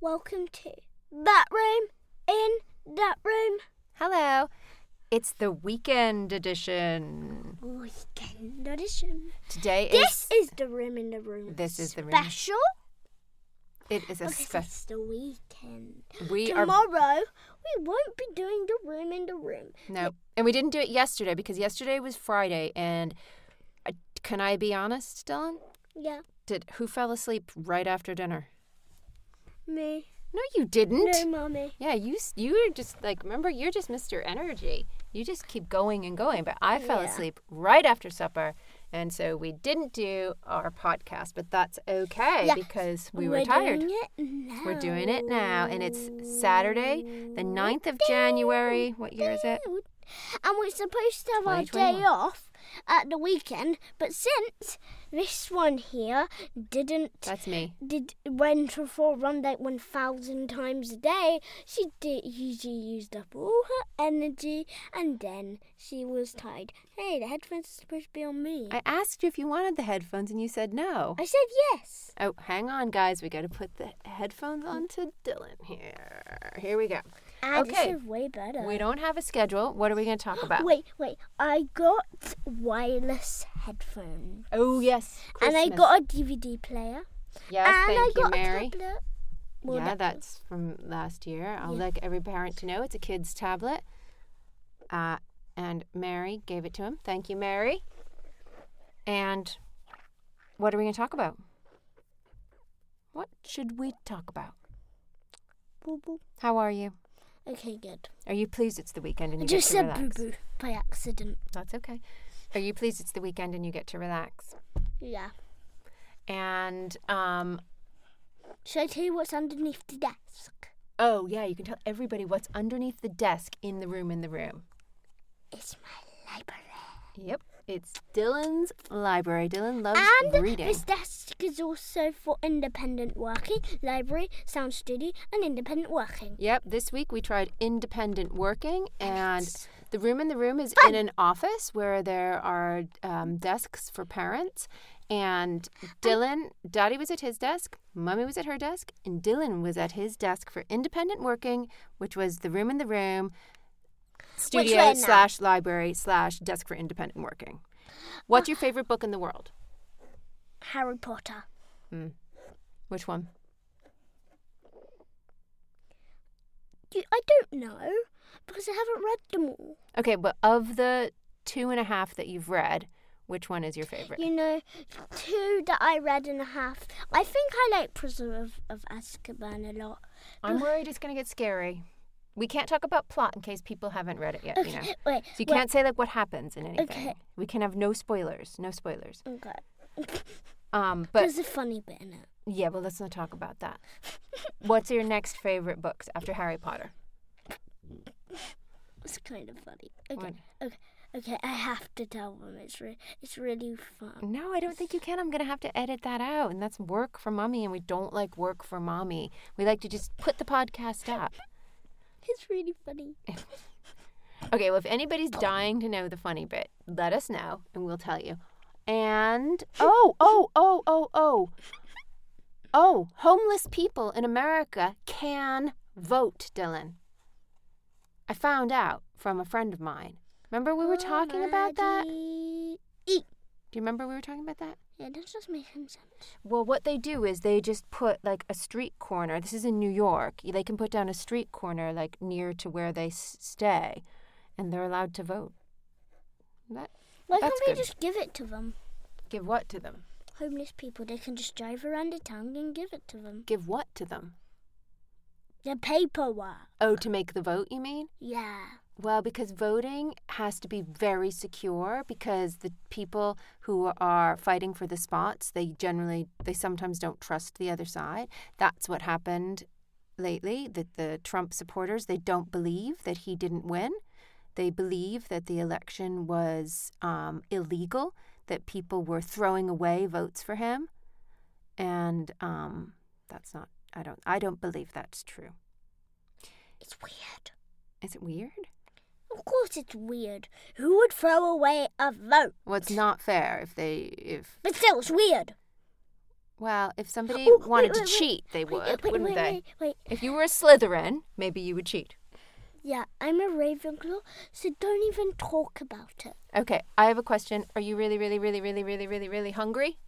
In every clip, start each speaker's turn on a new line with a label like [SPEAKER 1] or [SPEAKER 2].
[SPEAKER 1] Welcome to that room, in that room.
[SPEAKER 2] Hello. It's the weekend edition.
[SPEAKER 1] Oh, Weekend edition.
[SPEAKER 2] Today
[SPEAKER 1] This
[SPEAKER 2] is
[SPEAKER 1] is the room in the room.
[SPEAKER 2] This is the room.
[SPEAKER 1] special.
[SPEAKER 2] it is a
[SPEAKER 1] Because
[SPEAKER 2] special.
[SPEAKER 1] it's the weekend.
[SPEAKER 2] We are
[SPEAKER 1] Tomorrow we won't be doing the room in the room.
[SPEAKER 2] no, and we didn't do it yesterday because yesterday was Friday. And I, can I be honest, Dylan?
[SPEAKER 1] Yeah,
[SPEAKER 2] Did who fell asleep right after dinner?
[SPEAKER 1] me.
[SPEAKER 2] No, you didn't.
[SPEAKER 1] No, mommy.
[SPEAKER 2] Yeah, you s- you were just like remember you're just Mr. Energy. You just keep going and going. But I fell
[SPEAKER 1] Yeah.
[SPEAKER 2] asleep right after supper, and so we didn't do our podcast. But that's okay
[SPEAKER 1] Yeah.
[SPEAKER 2] because we
[SPEAKER 1] are
[SPEAKER 2] were tired.
[SPEAKER 1] Doing it now.
[SPEAKER 2] We're doing it now, and it's Saturday, the 9th of January. What year is it?
[SPEAKER 1] And we're supposed to have our day
[SPEAKER 2] 2021.
[SPEAKER 1] off at the weekend, but since this one here didn't
[SPEAKER 2] That's me.
[SPEAKER 1] did went for a run date one thousand times a day, she did she used up all her energy, and then she was tired. Hey, the headphones are supposed to be on me. I,
[SPEAKER 2] I asked you if you wanted the headphones, and you said no.
[SPEAKER 1] said yes.
[SPEAKER 2] Oh, hang on, guys. We got to put the headphones on to Dylan here. Here we go.
[SPEAKER 1] Ah,
[SPEAKER 2] Okay.
[SPEAKER 1] this is way better.
[SPEAKER 2] We don't have a schedule. What are we going to talk about?
[SPEAKER 1] Wait, wait. I got wireless headphones.
[SPEAKER 2] Oh yes,
[SPEAKER 1] And I
[SPEAKER 2] Christmas.
[SPEAKER 1] got a DVD player.
[SPEAKER 2] yes.
[SPEAKER 1] and I
[SPEAKER 2] thank you,
[SPEAKER 1] got
[SPEAKER 2] Mary.
[SPEAKER 1] a tablet.
[SPEAKER 2] yeah,
[SPEAKER 1] that-
[SPEAKER 2] that's from last year. I'll like every parent to know it's a kid's tablet. Uh, and Mary gave it to him. Thank you, Mary. And what are we going to talk about? What should we talk about?
[SPEAKER 1] Boo boo.
[SPEAKER 2] How are you?
[SPEAKER 1] Okay, good.
[SPEAKER 2] Are you pleased it's the weekend
[SPEAKER 1] I
[SPEAKER 2] and you
[SPEAKER 1] just
[SPEAKER 2] get to
[SPEAKER 1] said boo
[SPEAKER 2] relax?
[SPEAKER 1] boo by accident.
[SPEAKER 2] That's okay. Are you pleased it's the weekend and you get to relax?
[SPEAKER 1] Yeah.
[SPEAKER 2] And um,
[SPEAKER 1] Should I tell you what's underneath the desk?
[SPEAKER 2] oh yeah, you can tell everybody what's underneath the desk in the room in the room.
[SPEAKER 1] It's my library.
[SPEAKER 2] Yep. It's Dylan's library. Dylan loves
[SPEAKER 1] and
[SPEAKER 2] reading.
[SPEAKER 1] this desk is also for independent working, library, sound studio, and independent working.
[SPEAKER 2] Yep. This week we tried independent working, and the room in the room is in an office where there are um, desks for parents. And Dylan, Daddy was at his desk, Mummy was at her desk, and Dylan was at his desk for independent working, which was the room in the room,
[SPEAKER 1] we're
[SPEAKER 2] studio
[SPEAKER 1] in now.
[SPEAKER 2] slash library slash desk for independent working. What's your favorite book in the world?
[SPEAKER 1] Harry Potter.
[SPEAKER 2] Which one?
[SPEAKER 1] You, I don't know because I haven't read them all.
[SPEAKER 2] Okay, but of the two and a half that you've read, which one is your favorite?
[SPEAKER 1] You know, two that I read and a half. I think I like Prisoner of, of Azkaban a lot.
[SPEAKER 2] I'm worried it's going to get scary. We can't talk about plot in case people haven't read it yet, you know.
[SPEAKER 1] Okay,
[SPEAKER 2] So
[SPEAKER 1] wait.
[SPEAKER 2] you
[SPEAKER 1] wait.
[SPEAKER 2] can't say like what happens in anything.
[SPEAKER 1] Okay.
[SPEAKER 2] We can have no spoilers, no spoilers.
[SPEAKER 1] Okay.
[SPEAKER 2] Um, but
[SPEAKER 1] There's a funny bit in it.
[SPEAKER 2] yeah, well, let's not talk about that. What's your next favorite books after Harry Potter?
[SPEAKER 1] It's kind of funny. Okay.
[SPEAKER 2] What?
[SPEAKER 1] Okay. Okay. I have to tell them. It's re- it's really fun.
[SPEAKER 2] No, I don't think you can. I'm going to have to edit that out, and that's work for mommy, and we don't like work for mommy. We like to just put the podcast up.
[SPEAKER 1] It's really funny.
[SPEAKER 2] Okay, well, if anybody's dying to know the funny bit, let us know and we'll tell you. And oh, oh, oh, oh, oh. Oh, homeless people in America can vote, Dylan. I found out from a friend of mine. Remember we were talking about that? Do
[SPEAKER 1] Alrighty.
[SPEAKER 2] you remember we were talking about that?
[SPEAKER 1] Yeah, that does make some sense.
[SPEAKER 2] Well, what they do is they just put like a street corner. This is in New York. They can put down a street corner like near to where they s- stay and they're allowed to vote. That
[SPEAKER 1] Why
[SPEAKER 2] That's
[SPEAKER 1] can't we
[SPEAKER 2] good.
[SPEAKER 1] just give it to them?
[SPEAKER 2] Give what to them?
[SPEAKER 1] Homeless people, they can just drive around the town and give it to them.
[SPEAKER 2] Give what to them?
[SPEAKER 1] The paperwork.
[SPEAKER 2] Oh, to make the vote, you mean?
[SPEAKER 1] Yeah.
[SPEAKER 2] Well, because voting has to be very secure because the people who are fighting for the spots, they generally they sometimes don't trust the other side. That's what happened lately that the Trump supporters, they don't believe that he didn't win. They believe that the election was um, illegal, that people were throwing away votes for him. And um, that's not I don't I don't believe that's true.
[SPEAKER 1] It's weird.
[SPEAKER 2] Is it weird?
[SPEAKER 1] Of course, it's weird. Who would throw away a vote?
[SPEAKER 2] Well, it's not fair if they if
[SPEAKER 1] But still, it's weird.
[SPEAKER 2] Well, if somebody
[SPEAKER 1] Oh, wait,
[SPEAKER 2] wanted
[SPEAKER 1] wait,
[SPEAKER 2] to
[SPEAKER 1] wait.
[SPEAKER 2] cheat, they would,
[SPEAKER 1] Wait, wait,
[SPEAKER 2] wouldn't
[SPEAKER 1] wait,
[SPEAKER 2] they?
[SPEAKER 1] Wait, wait.
[SPEAKER 2] If you were a Slytherin, maybe you would cheat.
[SPEAKER 1] Yeah, I'm a Ravenclaw, so don't even talk about it.
[SPEAKER 2] Okay, I have a question. Are you really, really, really, really, really, really, really hungry?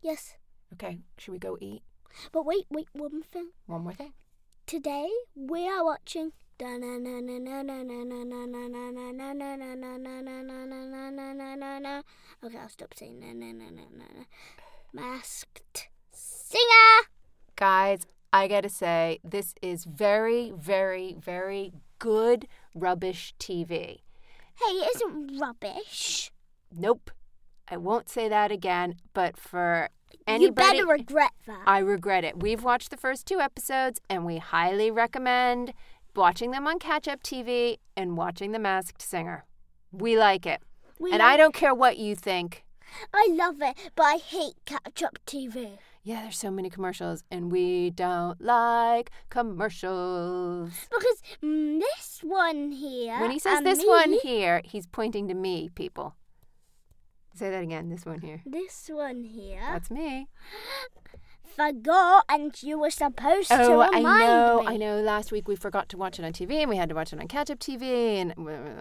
[SPEAKER 1] Yes,
[SPEAKER 2] Okay, should we go eat?
[SPEAKER 1] but wait, wait, one more thing.
[SPEAKER 2] One more thing.
[SPEAKER 1] Today we are watching. Okay, I'll stop saying na na na na na na. Masked singer.
[SPEAKER 2] Guys, I gotta say, this is very, very, very good rubbish
[SPEAKER 1] Hey,
[SPEAKER 2] TV.
[SPEAKER 1] it isn't rubbish.
[SPEAKER 2] Nope. I won't say that again, but for anybody.
[SPEAKER 1] You better regret that.
[SPEAKER 2] I regret it. We've watched the first two episodes and we highly recommend watching them on Catch Up TV and watching The Masked Singer. We like it.
[SPEAKER 1] We
[SPEAKER 2] and
[SPEAKER 1] love-
[SPEAKER 2] I don't care what you think.
[SPEAKER 1] I love it, but I hate catch up TV.
[SPEAKER 2] Yeah, there's so many commercials and we don't like commercials.
[SPEAKER 1] Because mm, this one here.
[SPEAKER 2] when he says
[SPEAKER 1] and
[SPEAKER 2] this one
[SPEAKER 1] me-
[SPEAKER 2] here, he's pointing to me, people. Say that again, this one here.
[SPEAKER 1] This one here.
[SPEAKER 2] That's me.
[SPEAKER 1] Forgot, and you were supposed to
[SPEAKER 2] Oh, I
[SPEAKER 1] remind
[SPEAKER 2] know,
[SPEAKER 1] me.
[SPEAKER 2] I know. Last week we forgot to watch it on TV and we had to watch it on Catch Up TV and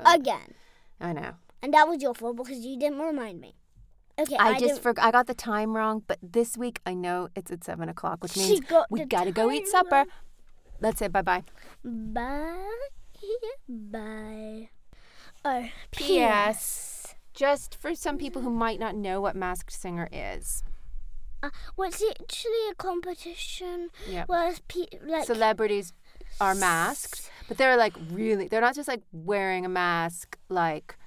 [SPEAKER 1] Again.
[SPEAKER 2] I know.
[SPEAKER 1] And that was your fault because you didn't remind me. Okay,
[SPEAKER 2] I,
[SPEAKER 1] I,
[SPEAKER 2] just
[SPEAKER 1] didn't-
[SPEAKER 2] forgot. I got the time wrong, but this week I know it's at seven o'clock, which
[SPEAKER 1] She
[SPEAKER 2] means
[SPEAKER 1] got
[SPEAKER 2] we
[SPEAKER 1] the
[SPEAKER 2] gotta go eat
[SPEAKER 1] time
[SPEAKER 2] supper.
[SPEAKER 1] wrong.
[SPEAKER 2] Let's say bye bye.
[SPEAKER 1] Bye. Bye. Oh,
[SPEAKER 2] P.S. Just for some people who might not know what Masked Singer is,
[SPEAKER 1] Uh, well, it's actually a competition
[SPEAKER 2] yeah,
[SPEAKER 1] where pe- like
[SPEAKER 2] celebrities are masked, but they're like really. They're not just like wearing a mask, like,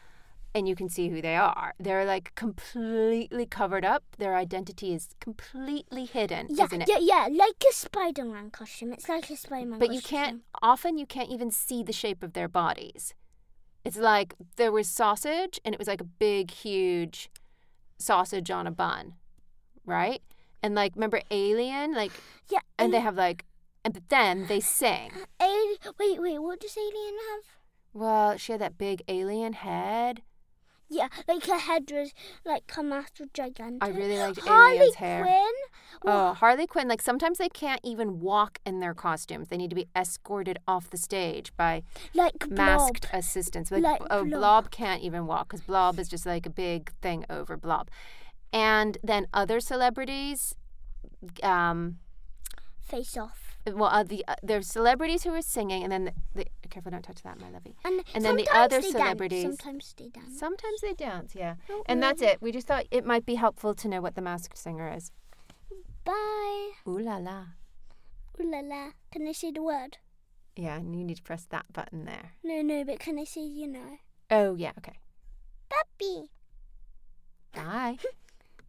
[SPEAKER 2] and you can see who they are. They're like completely covered up. Their identity is completely hidden,
[SPEAKER 1] yeah,
[SPEAKER 2] isn't it?
[SPEAKER 1] yeah, yeah, like a Spider-Man costume. It's like a Spider-Man.
[SPEAKER 2] But you
[SPEAKER 1] costume.
[SPEAKER 2] can't, often you can't even see the shape of their bodies. It's like there was sausage and it was like a big, huge sausage on a bun, right? And like, remember Alien? Like,
[SPEAKER 1] Yeah,
[SPEAKER 2] and they have like, and but then they sing.
[SPEAKER 1] Ali- wait, wait, what does Alien have?
[SPEAKER 2] Well, she had that big alien head.
[SPEAKER 1] Yeah, like her head was like Commaster Gigantic.
[SPEAKER 2] I really liked
[SPEAKER 1] Harley
[SPEAKER 2] Alien's hair.
[SPEAKER 1] Quinn?
[SPEAKER 2] Oh, Harley Quinn. Like, sometimes they can't even walk in their costumes. They need to be escorted off the stage by
[SPEAKER 1] Like Blob.
[SPEAKER 2] Oh, masked assistants. Like,
[SPEAKER 1] Like
[SPEAKER 2] b- oh,
[SPEAKER 1] Blob.
[SPEAKER 2] blob can't even walk because blob is just like a big thing over blob. And then other celebrities, um,
[SPEAKER 1] Face off.
[SPEAKER 2] well, uh, the uh, there's celebrities who are singing, and then the, the careful, don't touch that, my lovey.
[SPEAKER 1] And,
[SPEAKER 2] And then the
[SPEAKER 1] sometimes
[SPEAKER 2] other
[SPEAKER 1] they
[SPEAKER 2] celebrities-
[SPEAKER 1] Dance. Sometimes they dance.
[SPEAKER 2] Mm-hmm. Sometimes they dance, yeah.
[SPEAKER 1] Oh,
[SPEAKER 2] And that's it. We just thought it might be helpful to know what the masked singer is.
[SPEAKER 1] Bye.
[SPEAKER 2] Ooh la la.
[SPEAKER 1] Ooh la la. Can I say the word?
[SPEAKER 2] Yeah, and you need to press that button there.
[SPEAKER 1] No, no, but can I say, you know?
[SPEAKER 2] Oh yeah, okay.
[SPEAKER 1] Puppy.
[SPEAKER 2] Bye.